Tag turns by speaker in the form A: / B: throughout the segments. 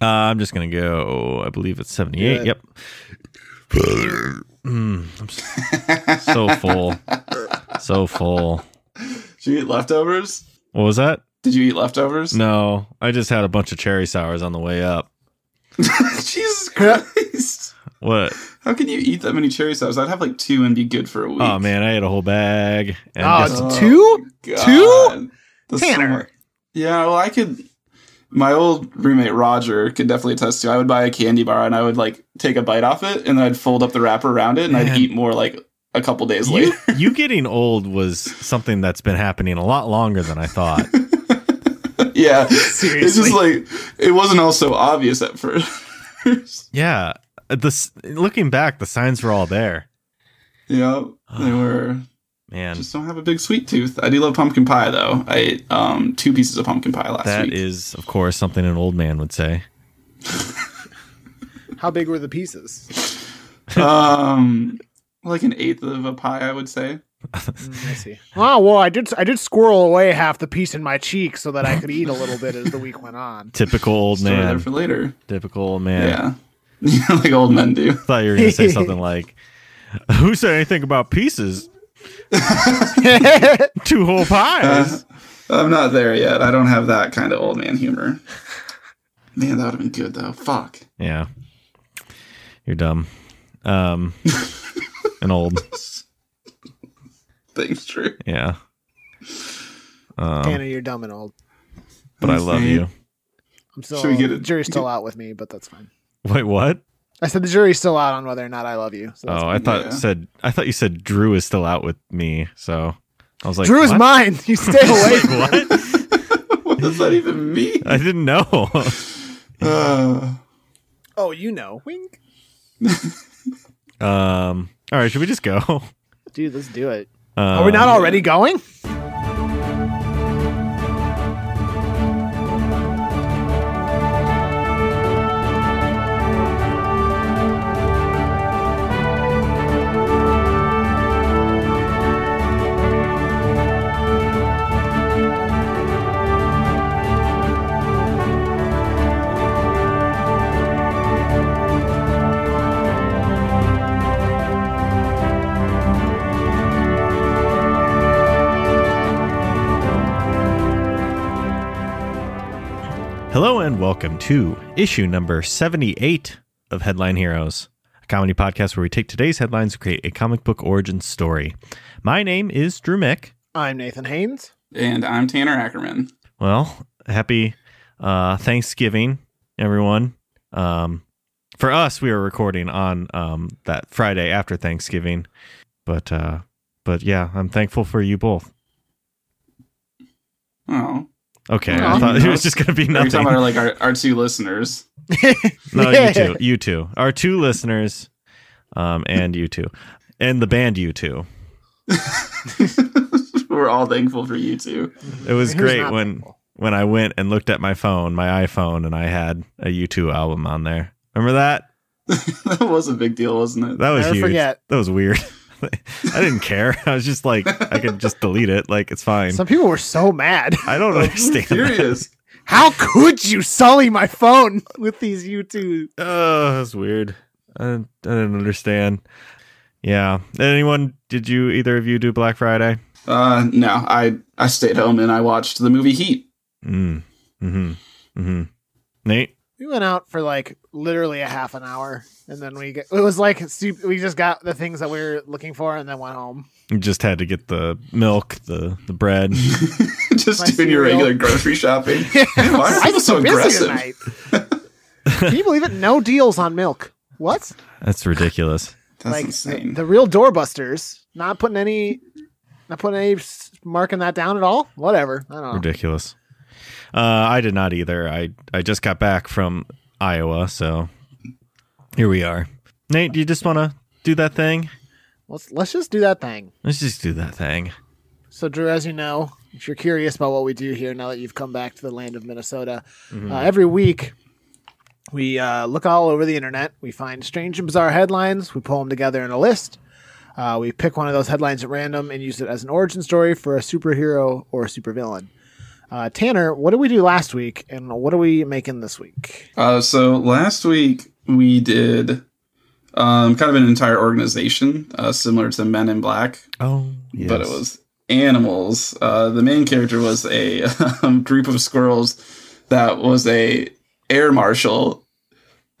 A: Uh, I'm just gonna go. I believe it's 78.
B: Good.
A: Yep. Mm, I'm s- so full, so full.
B: Did you eat leftovers?
A: What was that?
B: Did you eat leftovers?
A: No, I just had a bunch of cherry sours on the way up.
B: Jesus Christ.
A: What?
B: How can you eat that many cherry sours? I'd have like two and be good for a week.
A: Oh man, I had a whole bag. And
B: Ah,
C: Oh,
A: just-
C: it's two? Two?
B: The
C: Tanner.
B: smart- Yeah, well, I could. My old roommate Roger could definitely attest to. I would buy a candy bar and I would like take a bite off it, and then I'd fold up the wrapper around it, and I'd
A: Man.
B: eat more like a couple days
A: you,
B: later.
A: you getting old was something that's been happening a lot longer than I thought.
B: yeah,
C: Seriously.
B: it's just like it wasn't all so obvious at first.
A: yeah, the s- looking back, the signs were all there.
B: yeah, they
A: Ah.
B: were.
A: Man,
B: Just don't have a big sweet tooth. I do love pumpkin pie though. I ate um, two pieces of pumpkin pie last
A: that
B: week.
A: is, of course, something an old man would say.
C: How big were the pieces?
B: um, like an eighth of a pie, I would say.
C: I see. Oh well, I did. I did squirrel away half the piece in my cheek so that I could eat a little bit as the week went on.
A: Typical old
B: Story there
A: man.
B: for later.
A: Typical old man.
B: Yeah. like old men do.
A: thought you were going to say something like, "Who said anything about pieces? Two whole
C: Uh-huh.
A: pies."
B: Uh, I'm not there yet. I don't have that kind of old man humor. Man, that would have been good though. Fuck.
A: yeah, you're dumb. Um, and old.
B: Thanks, Drew.
A: Yeah, Um,
C: Tanner, you're dumb and old.
A: but I love you.
C: I'm still.
B: Should we get it-
C: the jury's still out with me, but that's fine.
A: Wait, what?
C: I said the jury's still out on whether or not I love you. So that's
A: Oh, I thought
B: yeah.
A: said I thought you said Drew is still out with me. So I was like,
C: Drew is
A: what?
C: mine. You stay away. from
A: Like,
C: him.
A: what?
B: what does that even mean?
A: I didn't know.
B: Uh,
C: Oh, you know. Wink.
A: um. All right, should we just go? Um,
C: Dude, let's do it. Are we not already going?
A: Hello and welcome to issue number 78 of Headline Heroes, a comedy podcast where we take today's headlines and create a comic book origin story. My name is Drew Mick.
C: I'm Nathan Haynes.
B: and I'm Tanner Ackerman.
A: Well, happy uh, Thanksgiving, everyone. Um, for us, we are recording on um, that Friday after Thanksgiving, but uh, but yeah, I'm thankful for you both.
B: Oh.
A: Okay, I
C: Aw.
A: thought it was just gonna be
B: Are you
A: nothing.
B: talking about like our, our two listeners?
A: No, you two, you two, our two listeners, um, and you two, and the band you two.
B: We're all thankful for you two.
A: It was
C: Who's
A: great
C: not
A: when
C: thankful?
A: when I went and looked at my phone, my iPhone, and I had a U two album on there. Remember that?
B: that was a big deal, wasn't it?
A: That was
C: Never
A: huge.
C: forget.
A: That was weird. I didn't care. I was just like, I could just delete it. Like it's fine.
C: Some people were so mad.
A: I don't understand. that.
B: Furious.
C: How could you sully my phone with these YouTube?
A: Oh, that's weird. I didn't, I didn't understand. Yeah. Anyone? Did you either of you do Black Friday?
B: Uh, no, I I stayed home and I watched the movie Heat.
A: Mm. Hmm. Hmm. Nate.
C: We went out for like literally a half an hour, and then we get, it was like stup- we just got the things that we were looking for, and then went home.
A: You just had to get the milk, the the bread.
B: just
C: My
B: doing your
C: cereal.
B: regular grocery shopping. Man, why are
C: I
B: people
C: was
B: so aggressive?
C: tonight. Can you believe it? No deals on milk. What?
A: That's ridiculous.
B: That's
C: like
B: insane.
C: the real doorbusters? Not putting any, not putting any s- marking that down at all. Whatever. I don't know.
A: Ridiculous. Uh, I did not either. I I just got back from Iowa, so here we are. Nate, do you just want to do that thing?
C: Let's let's just do that thing.
A: Let's just do that thing.
C: So, Drew, as you know, if you're curious about what we do here now that you've come back to the land of Minnesota, uh, every week we uh, look all over the internet. We find strange and bizarre headlines. We pull them together in a list. Uh, we pick one of those headlines at random and use it as an origin story for a superhero or a supervillain. Uh, Tanner, what did we do last week, and what are we making this week?
B: Uh, so last week we did um, kind of an entire organization uh, similar to Men in Black,
A: Oh, yes.
B: but it was animals. Uh, the main character was a um, group of squirrels that was a air marshal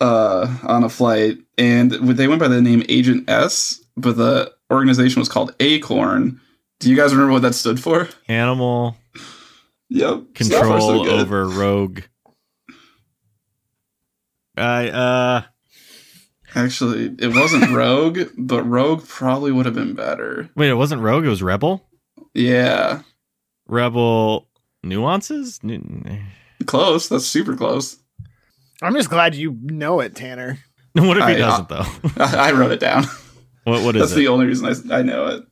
B: uh, on a flight, and they went by the name Agent S, but the organization was called Acorn. Do you guys remember what that stood for?
A: animal
B: Yep. So far, so
A: control
B: good.
A: over rogue. I uh
B: Actually, it wasn't Rogue, but Rogue probably would have been better.
A: wait, it wasn't rogue, it was rebel.
B: Yeah,
A: Rebel nuances. Nu-
B: close. That's super close.
C: I'm just glad you know it, Tanner.
A: What if he
B: I-
A: doesn't though?
B: I, I wrote it down.
A: What what
B: That's
A: is
B: the
A: it?
B: only reason I, I know it.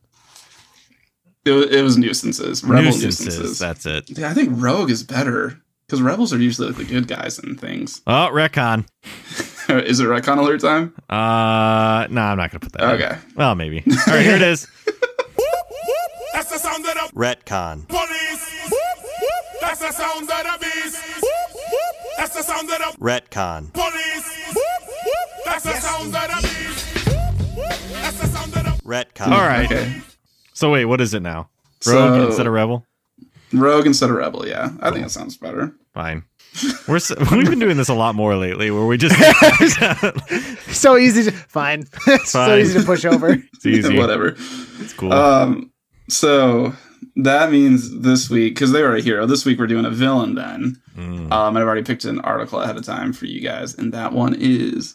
B: It was, it was nuisances. Rebel nuisances.
A: That's it.
B: Yeah, I think Rogue is better because rebels are usually like the good guys and things.
A: Oh, retcon.
B: is it retcon alert time?
A: Uh, no, I'm not gonna put that. in.
B: Okay.
A: Well, maybe. All right, here it is.
D: That's the sound of the
A: Retcon.
D: police. That's the sound of the beast. That's the sound of the
A: Retcon.
D: police. That's the sound of the beast. That's the sound of the
A: All right.
B: Okay.
A: So wait, what is it now? Rogue
B: So-
A: instead of rebel.
B: Rogue instead of rebel. Yeah, I think that sounds better.
A: Fine. We're so, we've been doing this a lot more lately, where we just
C: So easy to fine. so
A: Fine.
C: easy to push over.
A: it's easy.
B: Whatever.
A: It's cool.
B: Um, so that means this week because they were a hero. This week we're doing a villain. Then
A: Mm.
B: um, and I've already picked an article ahead of time for you guys, and that one is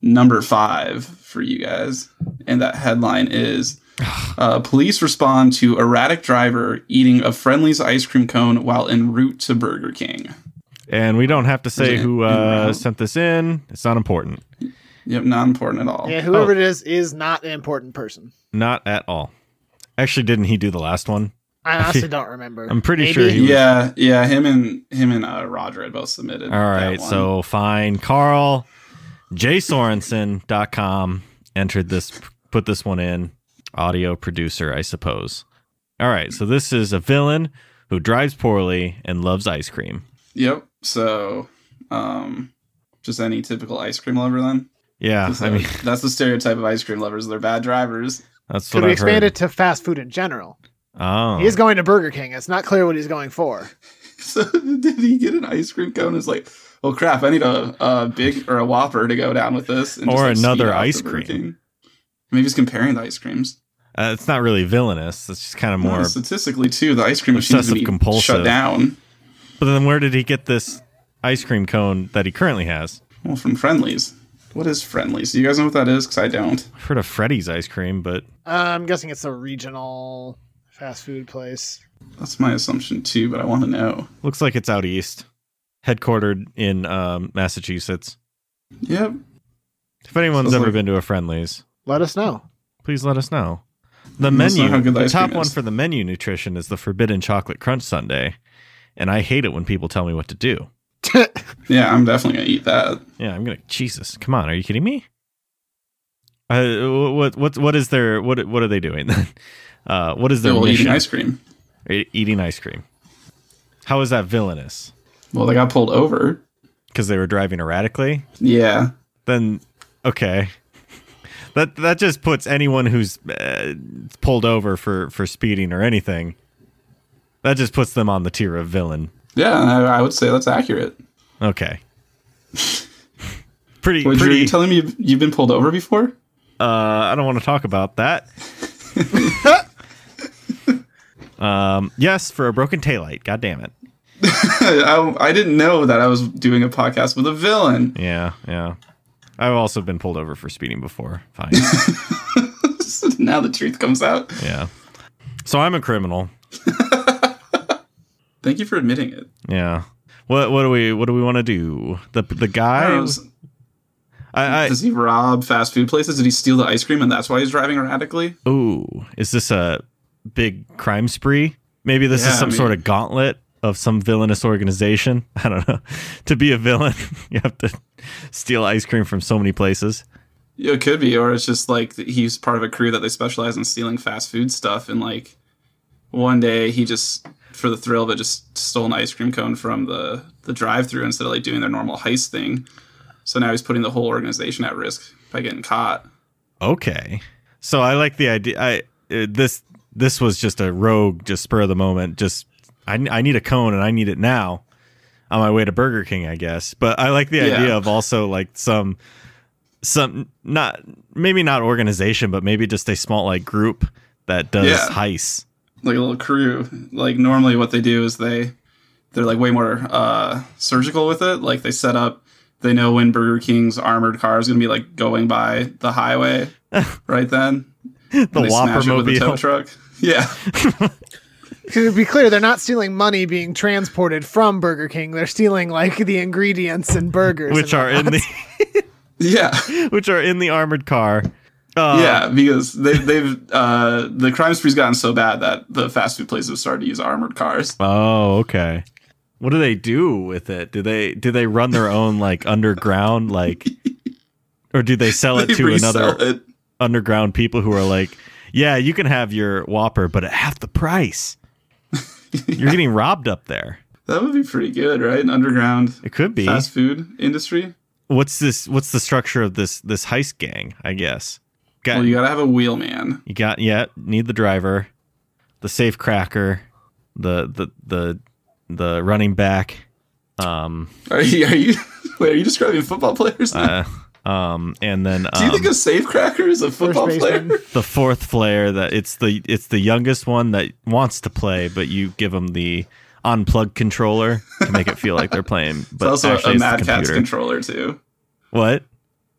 B: number five for you guys, and that headline is. Uh, police respond to erratic driver eating a friendly's ice cream cone while en route to Burger King.
A: And we don't have to say
B: Is it
A: who
B: in
A: uh,
B: route?
A: sent this in. It's not important.
B: Yep, not important at all.
C: Yeah, whoever it is is not an important person.
A: Not at all. Actually, didn't he do the last one?
C: I honestly don't remember.
A: I'm pretty sure he was-
B: Yeah, yeah. Him and him and uh, Roger had both submitted.
A: All
B: that
A: right.
B: one.
A: So fine. Carl jsorensen.com entered this, put this one in. Audio producer, I suppose. All right. So this is a villain who drives poorly and loves ice cream.
B: yep. So, um, just any typical ice cream lover then.
A: Yeah.
B: So
A: I mean,
B: that's the stereotype of ice cream lovers. They're bad drivers.
A: that's
C: Could
A: what
C: we
A: I've
C: expand
A: heard.
C: it to fast food in general?
A: Oh.
C: He is going to Burger King. It's not clear what he's going for.
B: So did he get an ice cream cone? It's like, oh crap! I need a, a big or a Whopper to go down with this, and
A: Or
B: like, speed
A: another
B: up the
A: ice
B: Burger
A: cream.
B: King. Maybe he's comparing the ice creams.
A: Uh, it's not really villainous. It's just kind of more.
B: No, statistically, too, the ice cream machine needs to
A: obsessive
B: be
A: compulsive.
B: shut down.
A: But then where did he get this ice cream cone that he currently has?
B: Well, from Friendlies. What is Friendlies? Do you guys know what that is? Because I don't.
A: I've heard of Freddy's ice cream, but
C: Uh, I'm guessing it's a regional fast food place.
B: That's my assumption too, but I want to know.
A: looks like it's out east, headquartered in um, Massachusetts.
B: Yep.
A: If anyone's
B: Sounds
A: ever
B: like-
A: been to a Friendlies,
C: Let us know.
A: please let us know. The
B: Let us know
A: menu,
B: how good the
A: the
B: ice
A: top
B: cream
A: one
B: is.
A: for the menu nutrition is the Forbidden Chocolate Crunch Sundae, and I hate it when people tell me what to do.
B: Yeah, I'm definitely gonna eat that.
A: Yeah, I'm gonna Jesus, come on, are you kidding me? Uh, what what what is their what what are they doing then? Uh, what is their
B: They're all
A: mission?
B: eating ice cream.
A: E- eating ice cream. How is that villainous?
B: Well, they got pulled over.
A: Because they were driving erratically.
B: Yeah.
A: Then okay, that that just puts anyone who's uh, pulled over for for speeding or anything. That just puts them on the tier of villain.
B: Yeah, I, I would say that's accurate.
A: Okay. pretty
B: Would
A: pretty.
B: you telling me you've, you've been pulled over before?
A: uh, I don't want to talk about that. um. Yes, for a broken taillight. God damn it.
B: I, I didn't know that I was doing a podcast with a villain.
A: Yeah. Yeah. I've also been pulled over for speeding before. Fine.
B: now the truth comes out.
A: Yeah. So I'm a criminal.
B: Thank you for admitting it.
A: Yeah. What what do we what do we want to do? The the
B: I
A: guy
B: was-
A: I,
B: does he rob fast food places? Did he steal the ice cream and that's why he's driving erratically?
A: I ooh, is this a big crime spree? Maybe this
B: Yeah,
A: is some
B: I mean-
A: sort of gauntlet of some villainous organization. I don't know. to be a villain, you have to steal ice cream from so many places.
B: It could be, or it's just like that he's part of a crew that they specialize in stealing fast food stuff, and like one day he just for the thrill of it, just stole an ice cream cone from the the drive through instead of like doing their normal heist thing. So now he's putting the whole organization at risk by getting caught.
A: Okay. So I like the idea. I uh, this this was just a rogue, just spur of the moment. Just I I need a cone and I need it now. On my way to Burger King, I guess. But I like the
B: Yeah.
A: idea of also like some some not maybe not organization, but maybe just a small like group that does
B: Yeah.
A: heists.
B: like a little crew. Like normally, what they do is they they're like way more uh, surgical with it. Like they set up, they know when Burger King's armored car is going to be like going by the highway right then.
A: The
B: they smash
A: Whopper
B: it with a tow
A: mobile.
B: truck. Yeah,
C: To be clear, they're not stealing money being transported from Burger King. They're stealing like the ingredients and burgers,
A: Which
C: and
A: are in the
B: yeah,
A: which are in the armored car. Uh,
B: yeah. Because they, they've uh, the crime spree's gotten so bad that the fast food places have started to use armored cars.
A: Oh, okay. What do they do with it? Do they do they run their own like underground like or do they sell it
B: They
A: to
B: resell
A: another
B: it.
A: underground people who are like, "Yeah, you can have your Whopper but at half the price." You're getting robbed up there.
B: That would be pretty good, right? An underground
A: It could be.
B: fast food industry.
A: What's this what's the structure of this this heist gang, I guess? Got
B: Well, you gotta have a wheelman.
A: You got yeah, need the driver, the safe cracker, the the the the running back, um,
B: Are you? Are you? Wait, are you describing football players? Now?
A: uh, um, and then
B: Do you think
A: um,
B: a safecracker is a football player?
C: baseman.
A: the fourth player that it's the it's the youngest one that wants to play, but you give them the unplugged controller to make it feel like they're playing, but
B: it's also
A: actually
B: a
A: it's the
B: Mad Catz
A: computer.
B: controller too.
A: what?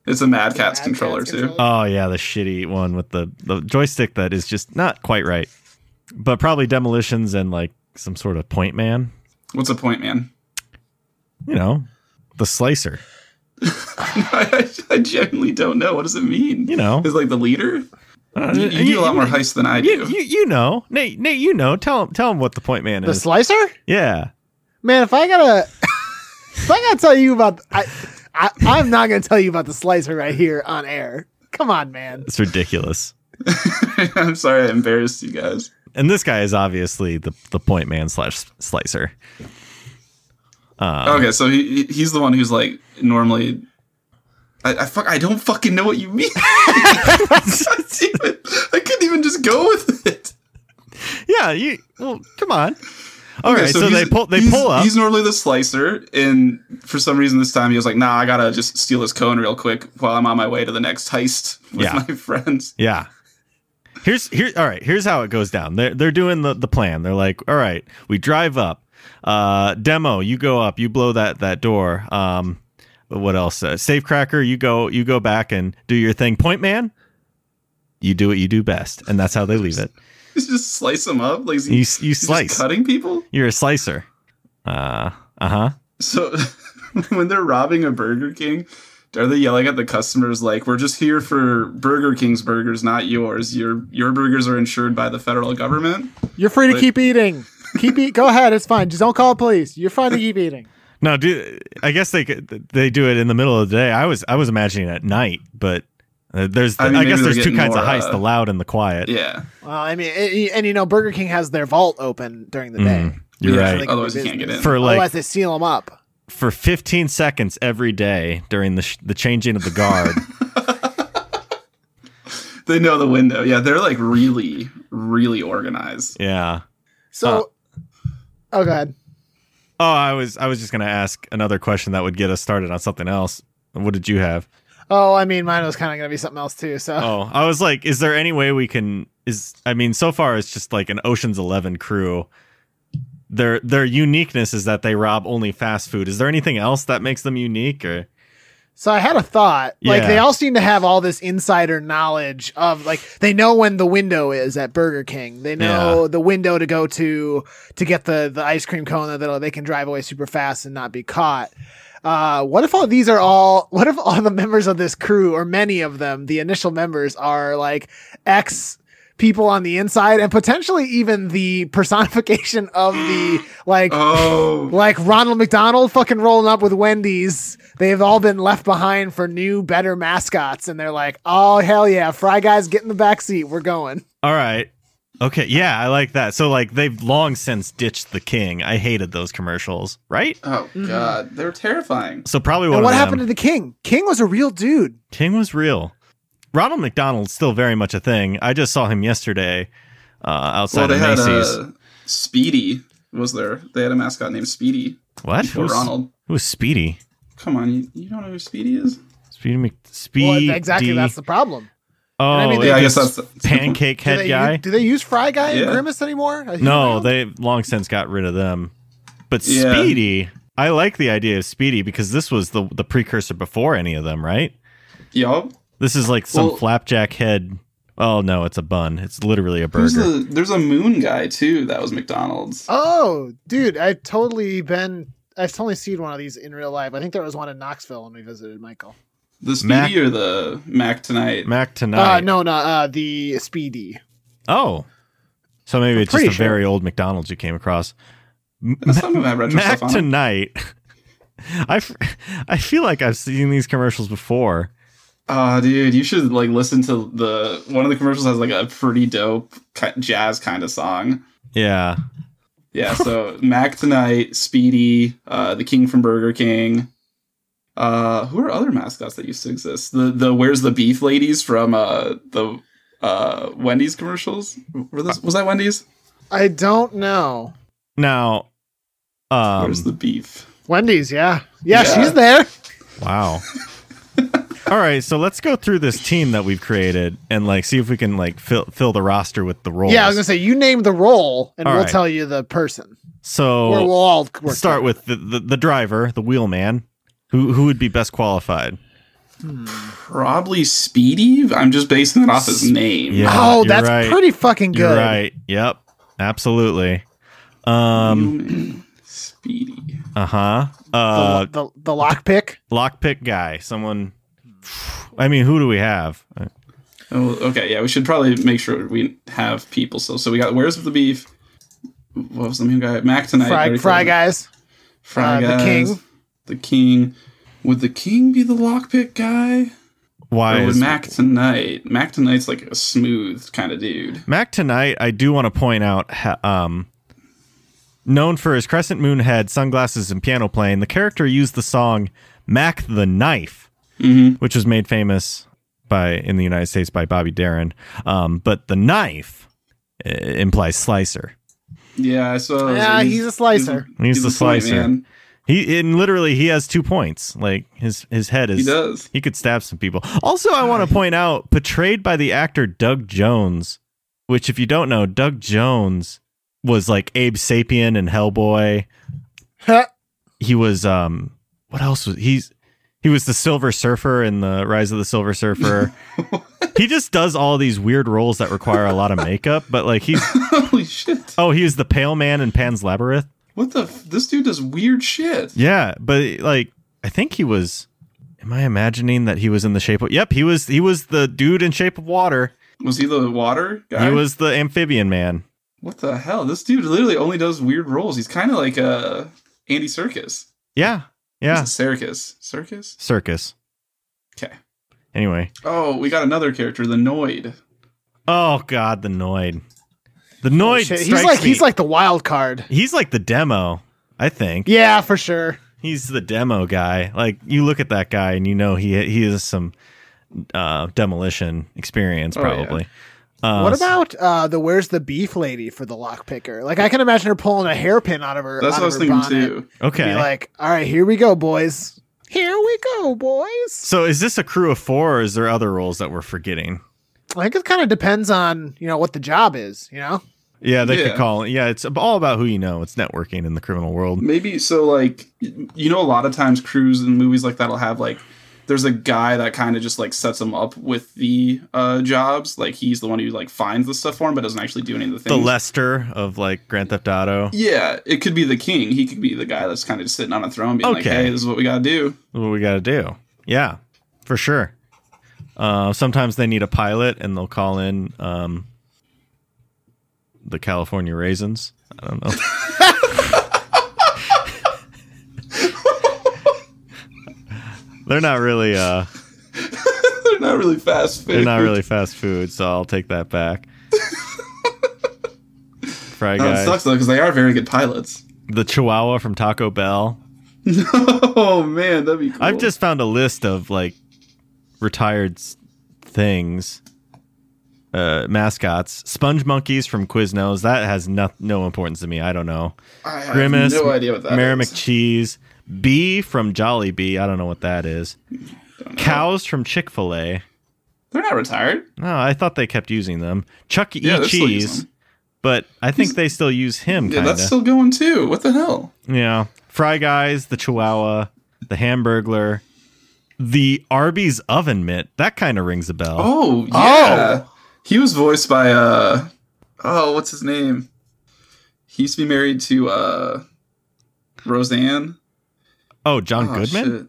B: It's a Mad Catz
C: Mad
B: controller
C: Catz
B: too.
C: controller.
A: Oh yeah, the shitty one with the the joystick that is just not quite right, but probably demolitions and like some sort of point man,
B: What's a point, man?
A: you know, the slicer.
B: I, genuinely don't know. What does it mean?
A: You know.
B: is like the leader.
A: Uh,
B: You, you do a lot more heists than I
A: You,
B: do.
A: you you know Nate Nate you know tell him tell him what the point man
C: the
A: is
C: slicer.
A: yeah
C: Man, if I gotta, if I gotta tell you about, I, I, I'm not gonna tell you about the slicer right here on air. Come on, man.
A: it's ridiculous
B: I'm sorry, I embarrassed you guys.
A: and this guy is obviously the the point man slash slicer Uh,
B: okay, so he he- he's the one who's like normally. I, I fuck. I don't fucking know what you mean. God damn it. I couldn't even just go with it.
A: yeah you well come on All right,
B: Okay,
A: so,
B: he's-
A: they pull they
B: he's-
A: pull up
B: He's normally the slicer, and for some reason this time he was like, "Nah, I gotta just steal this cone real quick while I'm on my way to the next heist with
A: Yeah.
B: my friends."
A: yeah here's here all right here's how it goes down they're they're doing the the plan they're like all right we drive up uh demo you go up you blow that that door um what else uh, safecracker you go you go back and do your thing point man you do what you do best and that's how they leave it
B: He's just slice them up, like is he-
A: you,
B: he's
A: s- you
B: just
A: slice
B: cutting people.
A: you're a slicer uh uh-huh
B: So when they're robbing a Burger King, are they yelling at the customers like, "We're just here for Burger King's burgers, not yours. Your your burgers are insured by the federal government."
C: You're free to
B: But-
C: keep eating. Keep eat. Go ahead. It's fine. Just don't call the police. You're fine to keep eating.
A: no do i guess they could- they do it in the middle of the day i was i was imagining at night but uh, there's
B: I
A: I,
B: mean, maybe
A: guess
B: they're
A: there's two
B: getting
A: kinds of
B: more,
A: heists
B: uh,
A: the loud and the quiet
B: Yeah,
C: Well, I mean, it, and you know, Burger King has their vault open during the day.
A: Mhm. you're
B: Yeah.
A: right
C: Like,
B: Mm, Otherwise,
C: the
B: you can't get
C: business.
B: in.
A: for like
C: Otherwise, they seal them up.
A: for 15 seconds every day during the sh- the changing of the guard.
B: they know the window. Yeah, they're like really, really organized.
A: yeah.
B: uh,
C: So, oh, go ahead.
A: Oh, I was I was just gonna ask another question that would get us started on something else. What did you have?
C: Oh, I mean, mine was kind of gonna be something else too. So,
A: Oh, I was like, is there any way we can? Is I mean, so far it's just like an Ocean's Eleven crew. Their their uniqueness is that they rob only fast food. Is there anything else that makes them unique? Or
C: so I had a thought. Like,
A: Yeah.
C: they all seem to have all this insider knowledge of like they know when the window is at Burger King. They know the window to go to to get the the ice cream cone that they'll- they can drive away super fast and not be caught. Uh, what if all these are all? What if all the members of this crew, or many of them, the initial members, are like ex people on the inside, and potentially even the personification of the like
B: Oh,
C: like Ronald McDonald fucking rolling up with Wendy's. They've all been left behind for new, better mascots, and they're like, "Oh hell yeah, Fry Guy's get in the back seat. We're going."
A: all right, Okay, yeah, I like that. So like they've long since ditched the king. I hated those commercials, right?
B: Oh god, they're terrifying.
A: So probably one
C: And
A: of
C: what
A: them-
C: happened to the king? King was a real dude.
A: King was real. Ronald McDonald's still very much a thing. I just saw him yesterday uh,
B: well,
A: outside
B: they
A: of
B: had
A: Macy's.
B: uh, Speedy was there. They had a mascot named Speedy
A: what?
B: before
A: Who's,
B: Ronald.
A: who's Speedy?
B: Come on, you, you don't know who Speedy is?
A: Speedy Mc Speedy.
C: Well, exactly. That's the problem.
A: oh,
C: I mean, they-
B: Yeah, I guess
A: it's
B: that's
A: pancake
C: Do
A: head
C: they,
A: guy.
C: u- do they use Fry Guy and
B: Yeah.
C: Grimace anymore? Are he
A: no,
C: around?
A: they long since got rid of them. But
B: Yeah.
A: Speedy, I like the idea of Speedy because this was the the precursor before any of them, right?
B: y'all.
A: This is like some
B: Well-
A: flapjack head. Oh no, it's a bun. It's literally a
B: Who's
A: burger.
B: the, there's a moon guy too. That was McDonald's.
C: Oh, dude, I've totally been. I've totally seen one of these in real life. I think there was one in Knoxville when we visited Michael.
B: The Speedy
A: Mac-
B: or the Mac tonight?
A: Mac tonight.
C: Uh, no, no, uh, the Speedy.
A: Oh, so maybe
C: I'm
A: it's just a
C: pretty sure.
A: very old McDonald's you came across. M-
B: Some of them have retro
A: Mac
B: stuff on. it.
A: tonight. I, f- I feel like I've seen these commercials before.
B: Ah, dude, you should like listen to the one of the commercials has like a pretty dope ki- jazz kind of song.
A: Yeah.
B: Yeah, so Mac tonight, Speedy, uh, the King from Burger King. Uh, who are other mascots that used to exist? The the Where's the Beef ladies from uh, the uh, Wendy's commercials. Were those, was that Wendy's?
C: I don't know.
A: Now, um,
B: Where's the beef?
C: Wendy's, yeah. Yeah,
B: Yeah.
C: she's there.
A: Wow. All right, so let's go through this team that we've created and like see if we can like fill fill the roster with the roles.
C: Yeah, I was gonna say you name the role and
A: All
C: we'll
A: right.
C: tell you the person. or we'll
A: so
C: all work
A: start with the, the the driver, the wheelman, who who would be best qualified.
B: Probably Speedy. I'm just basing it off his name.
A: Yeah,
C: oh,
A: uh, you're
C: that's
A: right.
C: pretty fucking good.
A: You're right. Yep. Absolutely. Um.
B: Human Speedy.
A: Uh huh.
C: The,
A: Uh.
C: the the lockpick.
A: Lockpick guy. Someone. I mean, who do we have?
B: Oh, okay, yeah, we should probably make sure we have people. So, so we got Where's the Beef? What was the new guy? Mac tonight.
C: Fry,
B: already
C: fry
B: covered.
C: guys.
B: Fry
C: Uh, the
B: guys,
C: king.
B: The king. Would the king be the lockpick guy?
A: Why
B: Or would
A: is
B: Mac tonight? Mac tonight's like a smooth kind of dude.
A: Mac tonight, I do want to point out, ha- um, known for his crescent moon head, sunglasses, and piano playing, the character used the song "Mac the Knife,"
B: Mhm.
A: which was made famous by in the United States by Bobby Darin. Um, but the knife uh, implies slicer.
B: Yeah, I saw.
C: Yeah, he's a slicer.
A: He's the
B: a point
A: slicer. He and literally he has two points. Like his his head is
B: He does.
A: he could stab some people. Also, I want to point out, portrayed by the actor Doug Jones, which, if you don't know, Doug Jones was like Abe Sapien and Hellboy.
C: Huh.
A: He was, um, what else was he's he was the Silver Surfer in the Rise of the Silver Surfer. he just does all these weird roles that require a lot of makeup, but like he's
B: Holy shit!
A: oh, he was the Pale Man in Pan's Labyrinth.
B: What the? F- this dude does weird shit.
A: Yeah, but like I think he was. Am I imagining that he was in the shape of? Yep, he was. He was the dude in Shape of Water.
B: Was he the water guy?
A: He was the amphibian man.
B: What the hell? This dude literally only does weird roles. He's kind of like uh Andy Circus.
A: Yeah. Yeah.
B: Circus. Circus.
A: Circus.
B: Okay.
A: Anyway.
B: Oh, we got another character, the Noid.
A: Oh god, the Noid. The Noid
C: Shit,
A: strikes
C: He's like
A: me-
C: he's like the wild card.
A: he's like the demo, I think.
C: Yeah, for sure.
A: He's the demo guy. Like you look at that guy and you know he he has some uh demolition experience
B: Oh, yeah.
A: probably. Uh,
C: what about uh, the where's the beef lady for the lockpicker? Like I can imagine her pulling a hairpin out of her.
B: That's
C: out
B: what I was
C: of
B: thinking
C: her bonnet.
B: too.
A: Okay.
C: Be like, all right, here we go, boys. Here we go, boys.
A: so is this a crew of 4 or is there other roles that we're forgetting?
C: I think it kind of depends on you know what the job is. You know,
A: Yeah, they
B: Yeah.
A: could call. Yeah, it's all about who you know. It's networking in the criminal world.
B: Maybe so. Like y- you know, a lot of times crews and movies like that'll have like there's a guy that kind of just like sets them up with the uh jobs. Like he's the one who like finds the stuff for him, but doesn't actually do any of the
A: The
B: things.
A: Lester of like Grand Theft Auto.
B: yeah, it could be the king. He could be the guy that's kind of just sitting on a throne, being like,
A: Okay.
B: "Hey, this is what we gotta do."
A: what we got to do. Yeah, for sure. Uh, sometimes they need a pilot and they'll call in um, the California Raisins. I don't know. they're not really uh,
B: they're not really fast food.
A: they're not really fast food, so I'll take that back. Fry
B: Oh,
A: Guy.
B: it sucks though because they are very good pilots.
A: the Chihuahua from Taco Bell.
B: oh man, that'd be. Cool.
A: I've just found a list of like retired s- things, uh, mascots, sponge monkeys from Quiznos. That has no, no importance to me. I don't know.
B: I have
A: Grimace,
B: no idea what that is.
A: Mary McCheese, Bee from Jolly Bee. I don't know what that is. Cows from Chick Fil A.
B: They're not retired.
A: No, I thought they kept using them. Chuck E.
B: Yeah, they're still using
A: Cheese,
B: them.
A: but I think they still use him.
B: Yeah,
A: kinda.
B: that's still going too. What the hell?
A: Yeah. Fry Guys, the Chihuahua, the Hamburglar, the Arby's Oven Mitt. That kind of rings a bell.
B: Oh yeah. He was voiced by uh oh what's his name? He used to be married to uh Roseanne.
A: Oh, John
B: Oh,
A: Goodman?
B: shit.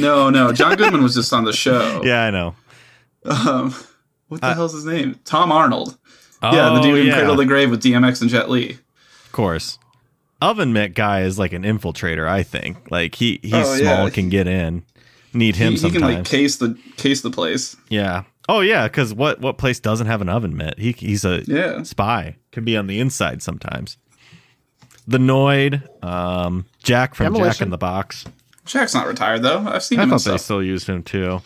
B: No, no, John Goodman was just on the show.
A: Yeah, I know.
B: Um, what the
A: Uh,
B: hell's his name? Tom Arnold. yeah, the dude
A: Oh,
B: who
A: yeah,
B: Cradle the Grave with DMX and Jet Li.
A: Of course. Oven Mitt guy is like an infiltrator, I think. Like he he's
B: Oh, yeah.
A: small, can get in. Need him
B: he, he
A: sometimes.
B: can like case the case the place.
A: yeah. Oh yeah, because what what place doesn't have an oven mitt? He he's a
B: Yeah.
A: spy. Can be on the inside sometimes. The Noid, um, Jack from Jack
C: Demolition.
A: in the Box.
B: Jack's not retired though. I've seen
A: I
B: him in
A: thought they
B: stuff.
A: still used him too.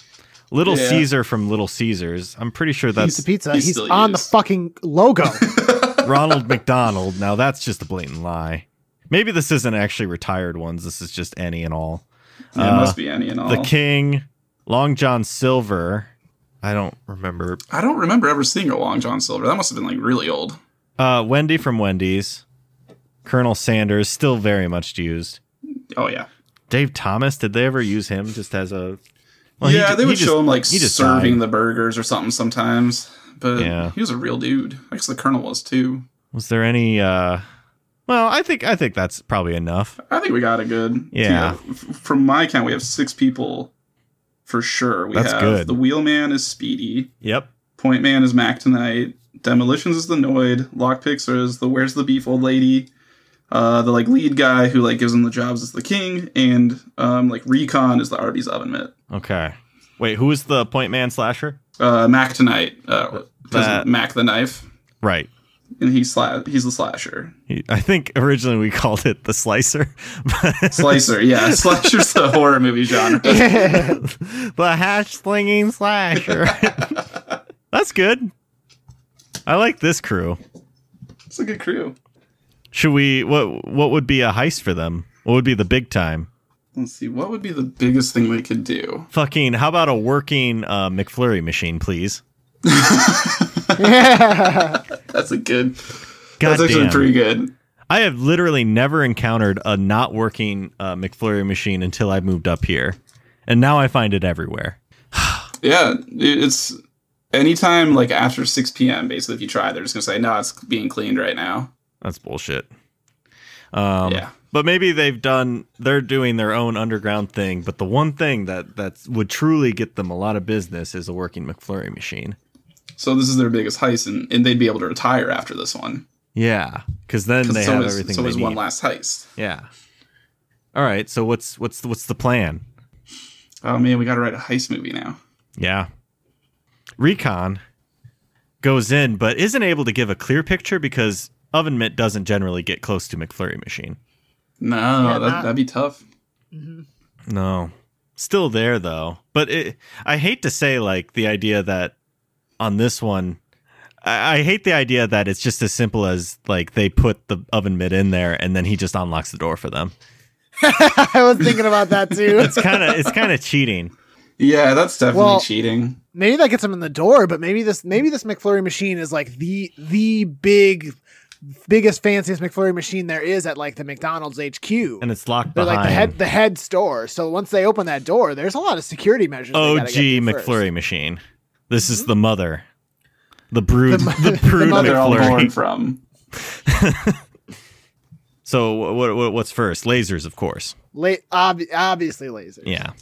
A: Little
B: Yeah.
A: Caesar from Little Caesars. I'm pretty sure
C: He's
A: that's
C: the pizza.
B: he's
C: He's,
B: still
C: on
B: used.
C: the fucking logo.
A: Ronald McDonald. Now that's just a blatant lie. Maybe this isn't actually retired ones. This is just any and all.
B: Yeah, it
A: Uh,
B: must be any and all.
A: The King, Long John Silver. I don't remember.
B: I don't remember ever seeing a Long John Silver. That must have been like really old.
A: Uh, Wendy from Wendy's. Colonel Sanders, still very much used.
B: Oh yeah.
A: Dave Thomas, did they ever use him just as a? he
B: yeah,
A: ju-
B: they
A: he
B: would
A: just-
B: show him like
A: he just
B: serving
A: died.
B: the burgers or something sometimes. But
A: Yeah.
B: he was a real dude. I guess the colonel was too.
A: Was there any? uh Well, I think I think that's probably enough.
B: I think we got a good.
A: Yeah.
B: F- from my count, we have six people for sure. We
A: That's
B: have
A: good.
B: the wheelman is Speedy,
A: Yep.
B: Point Man is Mac Tonight, Demolitions is the Noid, Lockpicks is the Where's the Beef Old Lady, uh, the like lead guy who like gives him the jobs is the king, and um, like Recon is the Arby's oven mitt.
A: Okay. Wait, who is the point man slasher?
B: Uh, Mac Tonight, uh, 'cause
A: That-
B: Mac the knife,
A: Right.
B: and he sla- he's the slasher.
A: He- I think originally we called it the slicer, but
B: Slicer, yeah. Slicer's the horror movie genre.
A: the hash slinging slasher. That's good. I like this crew.
B: It's a good crew.
A: Should we? What What would be a heist for them? What would be the big time?
B: Let's see, what would be the biggest thing they could do?
A: Fucking. How about a working uh, McFlurry machine, please?
C: yeah.
B: That's a good.
A: God
B: that's actually
A: damn.
B: pretty good.
A: I have literally never encountered a not working uh, McFlurry machine until I moved up here, and now I find it everywhere.
B: Yeah, it- it's anytime like after 6 p.m. Basically, if you try, they're just gonna say no, it's being cleaned right now.
A: That's bullshit. Um,
B: Yeah.
A: But maybe they've done they're doing their own underground thing, but the one thing that that would truly get them a lot of business is a working McFlurry machine.
B: So this is their biggest heist, and, and they'd be able to retire after this one
A: Yeah, cuz then
B: because
A: they
B: it's
A: have
B: always,
A: everything
B: it's
A: they
B: always
A: need.
B: one last heist.
A: yeah. All right, so what's what's what's the plan?
B: Oh man, we gotta write a heist movie now.
A: Yeah. Recon goes in but isn't able to give a clear picture because Oven Mitt doesn't generally get close to McFlurry machine.
B: No,
C: Yeah,
B: that,
C: not-
B: that'd be tough.
A: No. Still there though. But it, I hate to say like the idea that on this one I, I hate the idea that it's just as simple as like they put the oven mitt in there and then he just unlocks the door for them.
C: I was thinking about that too.
A: It's kind of it's kind of cheating.
B: Yeah, that's definitely
C: Well-
B: cheating.
C: Maybe that gets him in the door, but maybe this maybe this McFlurry machine is like the the big biggest fanciest McFlurry machine there is at like the McDonald's HQ.
A: And it's locked
C: They're
A: behind.
C: like the head the head store. So once they open that door, there's a lot of security measures. they gotta
A: OG
C: get through first. Mm-hmm.
A: McFlurry machine. This is the mother. The brood the, brood
C: mother
B: They're all born
A: McFlurry.
B: from.
A: So what, what what's first? Lasers, of course.
C: La- ob- obviously lasers.
A: Yeah.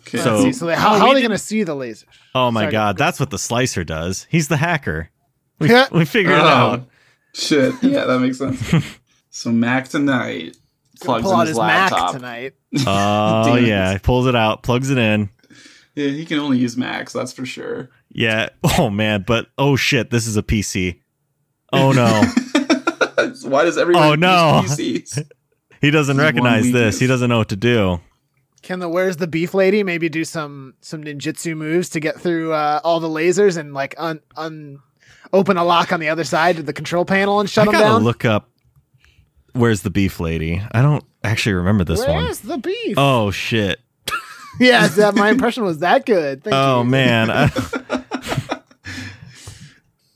B: Okay.
A: So-
C: Let's see. So they, how,
A: Oh,
C: how
A: we
C: are they
A: didn't-
C: going to see the lasers?
A: Oh my
C: Sorry.
A: god, that's what the slicer does. He's the hacker. We,
C: Yeah.
A: we figured it
B: Oh.
A: out.
B: Shit. Yeah, that makes sense. so Mac tonight
C: Gonna
B: plugs
C: Pull
B: in
C: out
B: his,
C: his Mac
B: laptop.
C: tonight.
A: Oh
B: Demons.
A: yeah, he pulls it out, plugs it in.
B: Yeah, he can only use Macs, that's for sure.
A: Yeah. Oh man, but oh shit, this is a PC. Oh no.
B: Why does everyone
A: Oh,
B: use
A: no.
B: PCs?
A: He doesn't
B: This is one
A: recognize this.
B: weakness.
A: He doesn't know what to do.
C: Can the where's the beef lady maybe do some some ninjutsu moves to get through uh, all the lasers and like un un open a lock on the other side of the control panel and shut
A: I
C: them
A: gotta
C: down?
A: look up. Where's the beef lady? I don't actually remember this one.
C: Where's the beef?
A: Oh shit.
C: Yeah, that, my impression was that good. Thank
A: Oh
C: you.
A: man. I-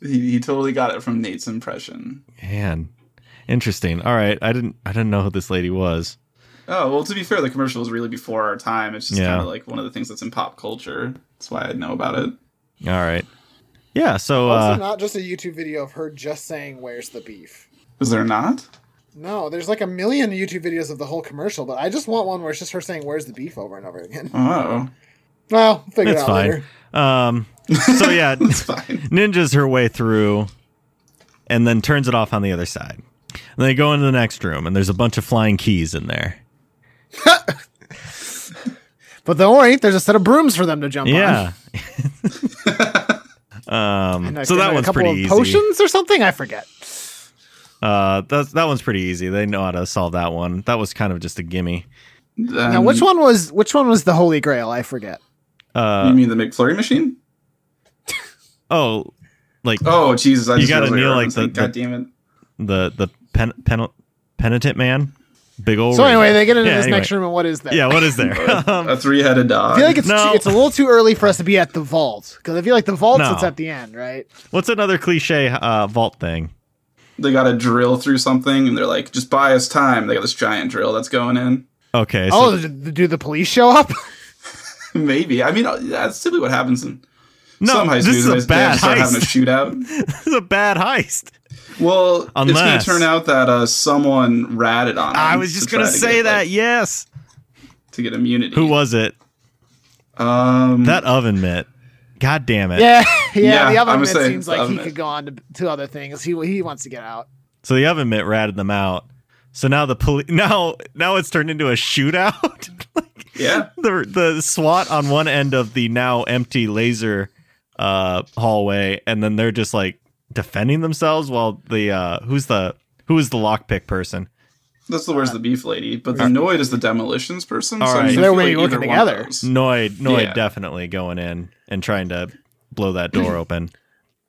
B: He, he totally got it from Nate's impression.
A: man. Interesting. All right. I didn't. I didn't know who this lady was.
B: Oh well, to be fair, the commercial is really before our time. It's just
A: Yeah.
B: kind of like one of the things that's in pop culture. That's why I know about it.
A: All right. Yeah. So.
C: Also,
A: Uh,
C: not just a YouTube video of her just saying "Where's the beef."
B: Is there not?
C: No, there's like a million YouTube videos of the whole commercial, but I just want one where it's just her saying "Where's the beef" over and over again.
B: Oh,
C: Well, figure
A: it's
C: it out
A: fine.
C: later.
A: Um. So yeah,
B: it's fine.
A: ninjas her way through, and then turns it off on the other side. And they go into the next room, and there's a bunch of flying keys in there.
C: But don't worry, there's a set of brooms for them to jump on.
A: Yeah. um.
C: And I
A: so
C: think
A: that
C: a
A: one's
C: couple
A: pretty
C: of
A: easy.
C: Potions or something? I forget.
A: Uh, that's that one's pretty easy. They know how to solve that one. That was kind of just a gimme.
C: Now,
A: Um,
C: which one was which one was the Holy Grail? I forget.
B: You
A: Uh
B: mean the McFlurry machine?
A: oh, like
B: Oh Jesus! I
A: You
B: just
A: gotta
B: realized what
A: kneel
B: you're
A: like the-
B: referencing.
A: the-
B: God damn it.
A: the the pen, pen, penitent man, big old.
C: So
A: ring.
C: anyway, they get into
A: Yeah,
C: this
A: anyway.
C: next room, and what is there?
A: Yeah, what is there?
B: a
A: um,
B: three-headed dog.
C: I feel like it's
A: No.
C: too, it's a little too early for us to be at the vault because I feel like the vault
A: No.
C: it's at the end, right?
A: what's another cliche uh, vault thing?
B: they got to drill through something, and they're like, "Just buy us time." They got this giant drill that's going in.
A: Okay, so
C: oh, do, do the police show up?
B: Maybe. I mean, uh, that's typically what happens in
A: no,
B: some high
A: this is
B: schools.
A: a bad
B: start having a
A: heist.
B: shootout.
A: this is a bad heist.
B: Well,
A: Unless-
B: it's going to turn out that uh, someone ratted on.
A: I
B: them
A: was just
B: to
A: gonna
B: try to
A: say
B: get,
A: that.
B: like,
A: yes.
B: to get immunity.
A: Who was it?
B: Um,
A: That oven mitt. God damn it.
C: yeah, yeah,
B: Yeah,
C: The other
B: I'm
C: man
B: saying
C: seems
B: the
C: like
B: other
C: he
B: man.
C: could go on to, to other things. He he wants to get out.
A: So the oven mitt ratted them out. So now the police. Now now it's turned into a shootout. like,
B: Yeah.
A: the the SWAT on one end of the now empty laser uh hallway, and then they're just like defending themselves while the uh who's the who is the lockpick person?
B: That's the where's the beef lady, but the Noid is the demolitions person.
A: All
B: so I
A: right.
B: mean, I
A: So
C: they're
B: feel
C: really
B: like either
C: working
B: one of
C: together.
B: those.
A: Noid Noid
B: Yeah.
A: definitely going in and trying to blow that door open.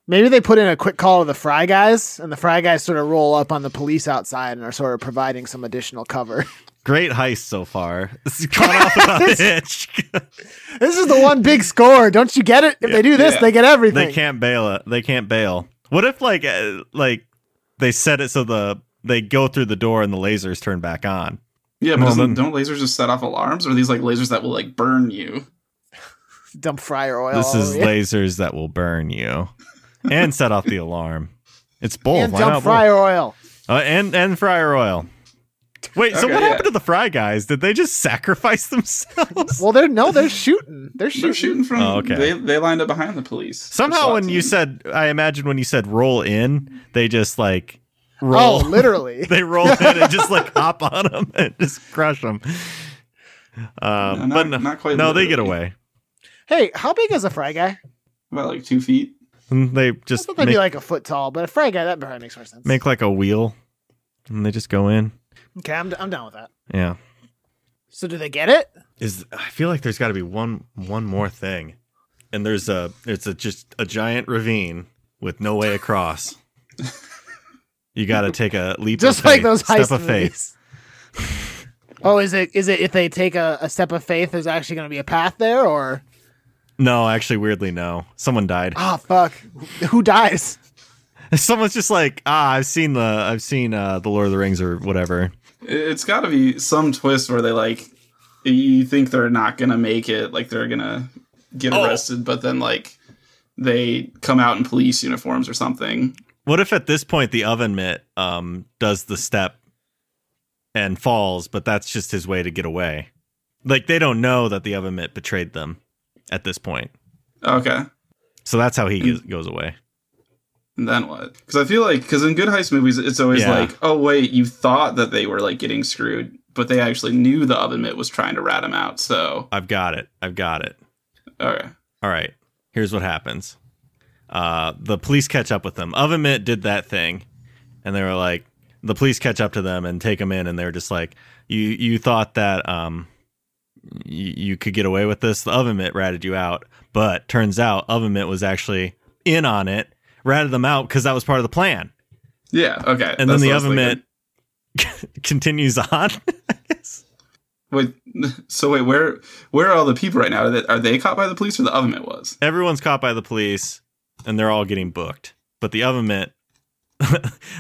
C: Maybe they put in a quick call to the Fry guys, and the Fry guys sort of roll up on the police outside and are sort of providing some additional cover.
A: Great heist so far. This is caught off without a hitch.
C: this is the one big score. Don't you get it? If they do this,
B: Yeah.
C: they get everything.
A: they can't bail it. They can't bail. What if like uh, like they set it so the they go through the door and the lasers turn back on?
B: Yeah, but
A: Well,
B: doesn't-
A: then-
B: don't lasers just set off alarms? Or are these like lasers that will like burn you?
C: Dump fryer oil.
A: This
C: all
A: is
C: over you.
A: lasers that will burn you and set off the alarm. It's both. oh,
C: and
A: Why
C: dump
A: not
C: fryer oil.
A: both? Uh, and and fryer oil. Wait, so
B: Okay,
A: what
B: yeah.
A: happened to the fry guys? Did they just sacrifice themselves?
C: Well, they're no, they're shooting. They're shooting.
B: They're shooting from.
A: Oh, okay.
B: They they lined up behind the police. The
A: Somehow,
B: SWAT
A: when you
B: team.
A: said, I imagine when you said roll in, they just like
C: Oh,
A: roll.
C: literally.
A: they roll in and just like hop on them and just crush them.
B: No,
A: Um,
B: not-
A: but no,
B: not quite
A: no, they get
B: literally.
A: away.
C: hey, how big is a fry guy?
B: about like two feet.
A: And They
C: I
A: just
C: thought they'd
A: make,
C: be like a foot tall, but a fry guy that probably makes more sense.
A: make like a wheel, and they just go in.
C: okay, I'm, I'm down with that.
A: Yeah.
C: So do they get it?
A: is I feel like there's got to be one one more thing, and there's a it's a just a giant ravine with no way across. you got to take a leap,
C: Just
A: of
C: like
A: faith,
C: those
A: step
C: heist
A: of faith.
C: movies. oh, is it is it if they take a, a step of faith, there's actually going to be a path there, or
A: No, actually, weirdly, no. Someone died.
C: ah fuck, who dies?
A: Someone's just like, ah, I've seen the I've seen uh, the Lord of the Rings or whatever.
B: It's got to be some twist where they like you think they're not gonna make it, like they're gonna get
A: Oh.
B: arrested, but then like they come out in police uniforms or something.
A: What if at this point the oven mitt um does the step and falls, but that's just his way to get away? Like they don't know that the oven mitt betrayed them at this point.
B: Okay,
A: So that's how he gets, goes away.
B: and then what? Because I feel like because in good heist movies, it's always
A: Yeah.
B: like, oh wait, you thought that they were like getting screwed, but they actually knew the oven mitt was trying to rat them out. So
A: I've got it. I've got it.
B: okay,
A: All right. Here's what happens. Uh, the police catch up with them. Oven Mitt did that thing, and they were like, the police catch up to them and take them in, and they're just like, "You you thought that um, you, you could get away with this? The oven mitt ratted you out, but turns out oven mitt was actually in on it, ratted them out because that was part of the plan."
B: Yeah. Okay.
A: And then
B: that's
A: the
B: what I was
A: oven mitt
B: thinking.
A: continues on. I guess.
B: Wait. So wait, where where are all the people right now? Are they, are they caught by the police or the oven mitt was?
A: Everyone's caught by the police, and they're all getting booked. But the oven mitt,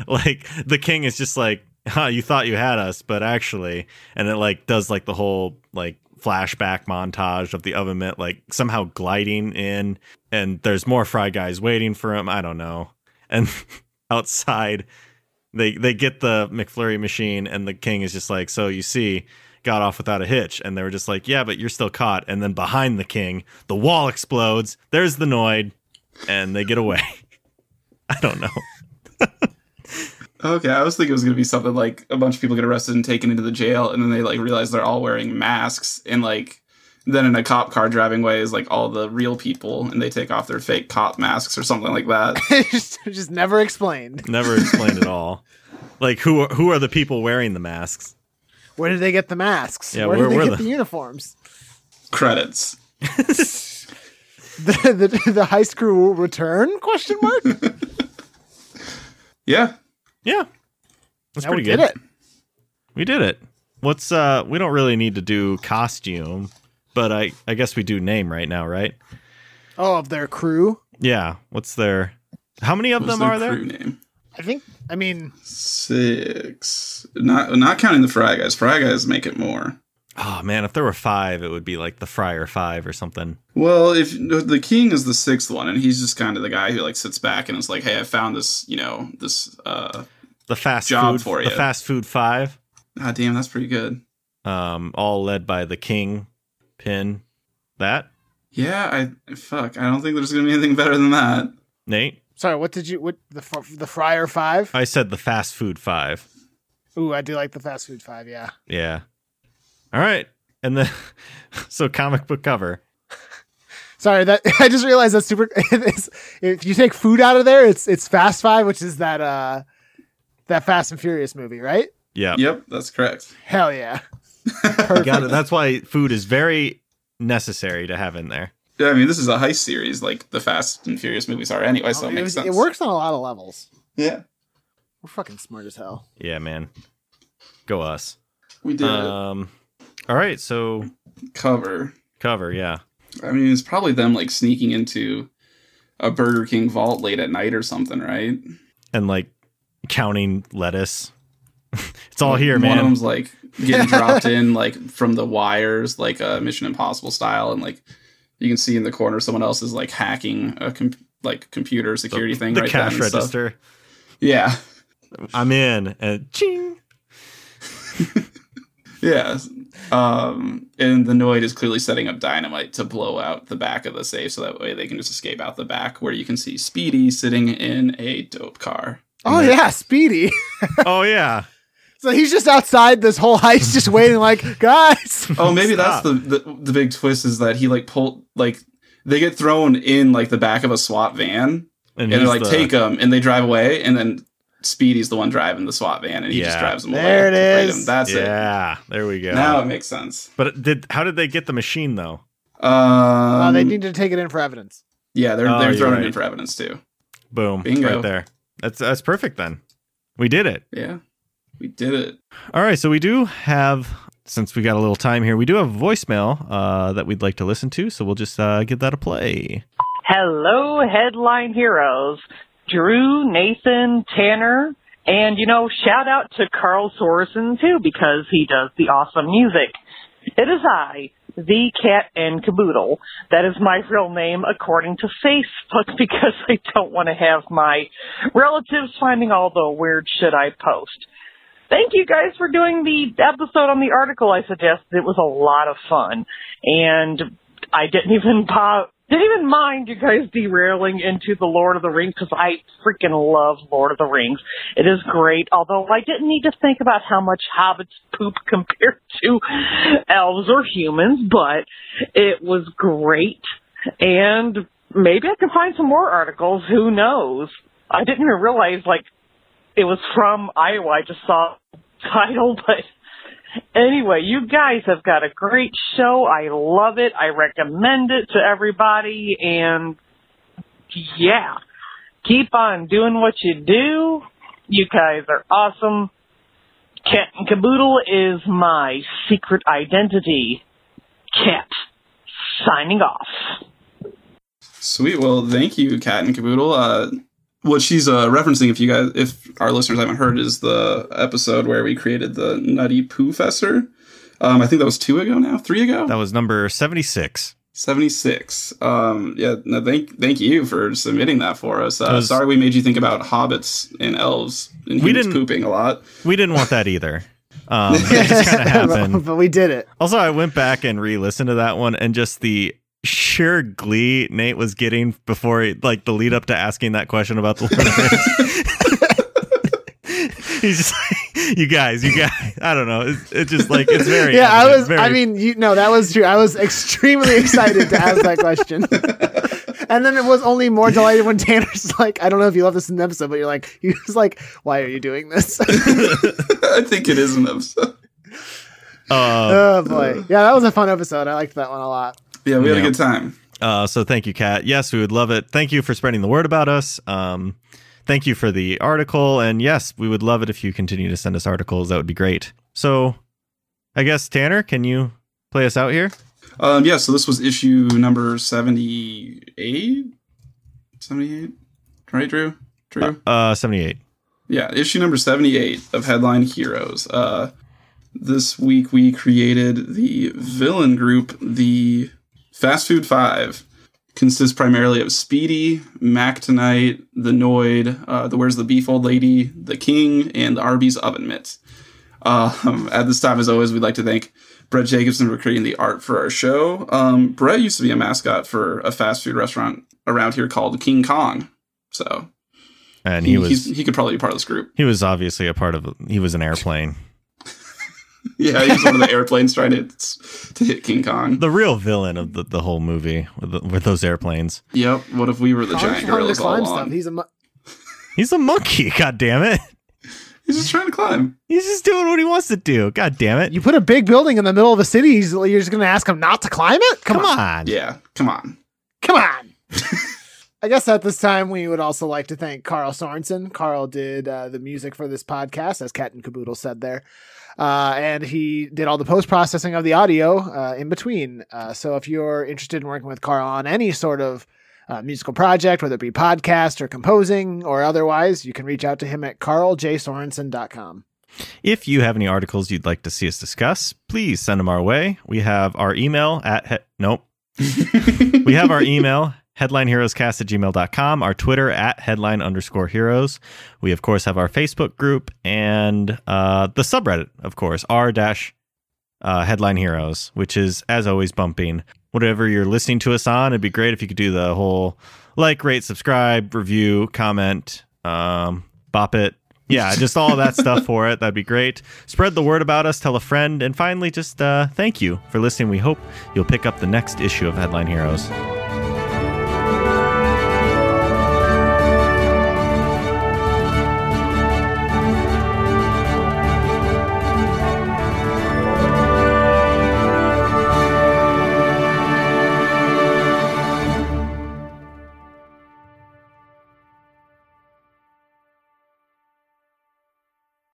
A: like the king, is just like, "Huh, you thought you had us, but actually," and it like does like the whole like flashback montage of the oven mitt like somehow gliding in, and there's more fry guys waiting for him. I don't know. And outside, they they get the McFlurry machine, and the king is just like, "So you see." Got off without a hitch, and they were just like, "Yeah, but you're still caught." And then behind the king, the wall explodes. There's the Noid, and they get away. I don't know.
B: Okay, I was thinking it was gonna be something like a bunch of people get arrested and taken into the jail, and then they like realize they're all wearing masks, and like then in a cop car driving away is like all the real people, and they take off their fake cop masks or something like that.
C: just, just never explained.
A: Never explained at all. Like who are, who are the people wearing the masks?
C: Where did they get the masks?
A: Yeah,
C: where,
A: where
C: did
A: were
C: they get
A: the-
C: the uniforms?
B: Credits.
C: The, the, the heist crew will return? Question mark. That's
B: Yeah,
A: Yeah, that's
C: now we
A: pretty
C: did
A: good.
C: it.
A: We did it. What's uh? We don't really need to do costume, but I I guess we do name right now, right?
C: Oh, of their crew.
A: Yeah. What's their? How many of
B: What's
A: them
B: their
A: are there?
B: crew name?
C: I think. I mean,
B: Six. Not not counting the Fry Guys. Fry Guys make it more.
A: Oh man, if there were five, it would be like the Friar Five or something.
B: Well, if the king is the sixth one, and he's just kind of the guy who like sits back and is like, "Hey, I found this, you know, this." uh
A: The fast
B: Job
A: food.
B: for
A: the
B: ya.
A: fast food five.
B: Ah, damn, that's pretty good.
A: um, all led by the king pin. That
B: Yeah, I fuck. I don't think there's gonna be anything better than that.
A: Nate,
C: sorry. What did you? What the fr- the Friar Five?
A: I said the fast food five.
C: Ooh, I do like the fast food five. Yeah.
A: Yeah. All right, and then so comic book cover.
C: Sorry, that I just realized that's super. It's, if you take food out of there, it's it's Fast Five, which is that uh that Fast and Furious movie, right?
A: Yeah,
B: Yep, that's correct.
C: Hell yeah.
A: you got it. That's why food is very necessary to have in there.
B: Yeah, I mean, this is a heist series, like the Fast and Furious movies are anyway, so it,
C: Oh, it,
B: makes
C: was-
B: sense.
C: it works on a lot of levels.
B: Yeah,
C: We're fucking smart as hell.
A: Yeah, man. Go us.
B: we did it.
A: Um. All right, so
B: cover.
A: cover. Yeah.
B: I mean, it's probably them like sneaking into a Burger King vault late at night or something, right?
A: and like counting lettuce. it's all here,
B: One of
A: man.
B: them's like getting dropped in like from the wires, like uh, Mission Impossible style, and like you can see in the corner someone else is like hacking a com- like computer security thing.
A: the
B: right
A: cash
B: then and stuff.
A: register.
B: Yeah,
A: I'm in. And ching.
B: yeah. Um, and the Noid is clearly setting up dynamite to blow out the back of the safe, so that way they can just escape out the back, where you can see Speedy sitting in a dope car.
C: Oh
A: Yeah.
C: yeah, Speedy.
A: Oh yeah.
C: So he's just outside this whole heist, just waiting, like guys.
B: Oh, maybe
A: Stop.
B: that's the, the the big twist is that he like pulled like they get thrown in like the back of a SWAT van. and,
A: he's
B: they're like
A: the-
B: take 'em take them and they drive away and then speedy's the one driving the swat van and he just
A: Yeah.
B: drives them
C: There
B: away
C: it
B: to
C: is.
B: freedom. that's it
A: yeah, there we go.
B: now it makes sense
A: but it did how did they get the machine though?
B: um,
C: Uh, they need to take it in for evidence.
B: yeah they're,
A: Oh,
B: they're
A: you're
B: throwing it in
A: right.
B: for evidence too
A: Boom,
B: Bingo.
A: right there. That's that's perfect then. We did it.
B: yeah we did it
A: All right, so we do have since we got a little time here, we do have voicemail uh, that we'd like to listen to, so we'll just uh, give that a play.
E: Hello, headline heroes. Drew, Nathan, Tanner, and you know, shout out to Carl Sorensen too because he does the awesome music. It is I, the cat and caboodle. That is my real name according to Facebook because I don't want to have my relatives finding all the weird shit I post. Thank you guys for doing the episode on the article I suggested. It was a lot of fun. And I didn't even bo- didn't even mind you guys derailing into the Lord of the Rings because I freaking love Lord of the Rings. It is great, although I didn't need to think about how much hobbits poop compared to elves or humans, but it was great. And maybe I can find some more articles. Who knows? I didn't even realize like it was from Iowa. I just saw the title, but anyway, you guys have got a great show. I love it. I recommend it to everybody, and yeah, keep on doing what you do. You guys are awesome. Cat and Caboodle is my secret identity. Cat signing off.
B: Sweet. Well, thank you, Cat and Caboodle. Uh, what she's uh, referencing, if you guys, if our listeners haven't heard, is the episode where we created the Nutty Poo Fester. Um, I think that was two ago now, three ago,
A: That was number 76.
B: seventy six. Um, yeah. No, thank, thank you for submitting that for us. Uh,
A: was-
B: sorry, we made you think about hobbits and elves and
A: We
B: humans
A: didn't-
B: pooping a lot.
A: We didn't want that either. Um, it just kind of happened.
C: but we did it.
A: Also, I went back and re-listened to that one, and just the sheer glee Nate was getting before, he, like the lead up to asking that question about the Lord of the Rings. He's just like, you guys, you guys. I don't know. It's, it's just like it's very.
C: yeah, I
A: evident,
C: was.
A: very-
C: I mean, you no, that was true. I was extremely excited to ask that question, and then it was only more delighted when Tanner's like, "I don't know if you love this in the episode, but you're like, he was like, why are you doing this?"
B: I think it is an episode.
A: Uh,
C: oh boy, yeah, that was a fun episode. I liked that one a lot.
B: Yeah, we had
A: Yeah.
B: a good time.
A: uh, so thank you, Kat. Yes, we would love it. Thank you for spreading the word about us. Um, thank you for the article, and yes, we would love it if you continue to send us articles. That would be great. So, I guess Tanner, can you play us out here?
B: Um, yeah, so this was issue number 78? 78? Right, Drew? Drew?
A: Uh, seventy-eight.
B: yeah, issue number 78 of Headline Heroes. Uh, this week we created the villain group, the Fast Food Five. Consists primarily of Speedy, Mac Tonight, the Noid, uh, the Where's the Beef Old Lady, the King, and the Arby's Oven Mitts. Um, at this time, as always, we'd like to thank Brett Jacobson for creating the art for our show. Um, Brett used to be a mascot for a fast food restaurant around here called King Kong. So
A: and
B: he,
A: he was
B: he's- he could probably be part of this group.
A: he was obviously a part of he was an airplane
B: Yeah, he was one of the airplanes trying to to hit King Kong.
A: the real villain of the, the whole movie with, the, with those airplanes
B: yep. What if we were the
C: Kong's trying
B: giant
C: to
B: gorillas all
C: climb
B: along?
C: He's a. Mu-
A: he's a monkey god damn it
B: He's just trying to climb.
A: he's just doing what he wants to do god damn it
C: you put a big building in the middle of a city. He's, you're just going to ask him not to climb it? Come,
A: come
C: on.
A: on
B: Yeah, come on.
C: Come on. I guess at this time we would also like to thank Carl Sorensen. Carl did uh, the music for this podcast, as Cat and Caboodle said there, uh, and he did all the post processing of the audio uh, in between. Uh, so if you're interested in working with Carl on any sort of uh, musical project, whether it be podcast or composing or otherwise, you can reach out to him at carljsorensen.com.
A: if you have any articles you'd like to see us discuss please send them our way we have our email at he- nope we have our email headlineheroescast at gmail.com our twitter at headline underscore heroes we of course have our facebook group and uh, the subreddit of course r dash uh, headline heroes which is as always bumping whatever you're listening to us on it'd be great if you could do the whole like rate subscribe review comment um, bop it yeah just all that stuff for it that'd be great spread the word about us tell a friend and finally just uh, thank you for listening we hope you'll pick up the next issue of headline heroes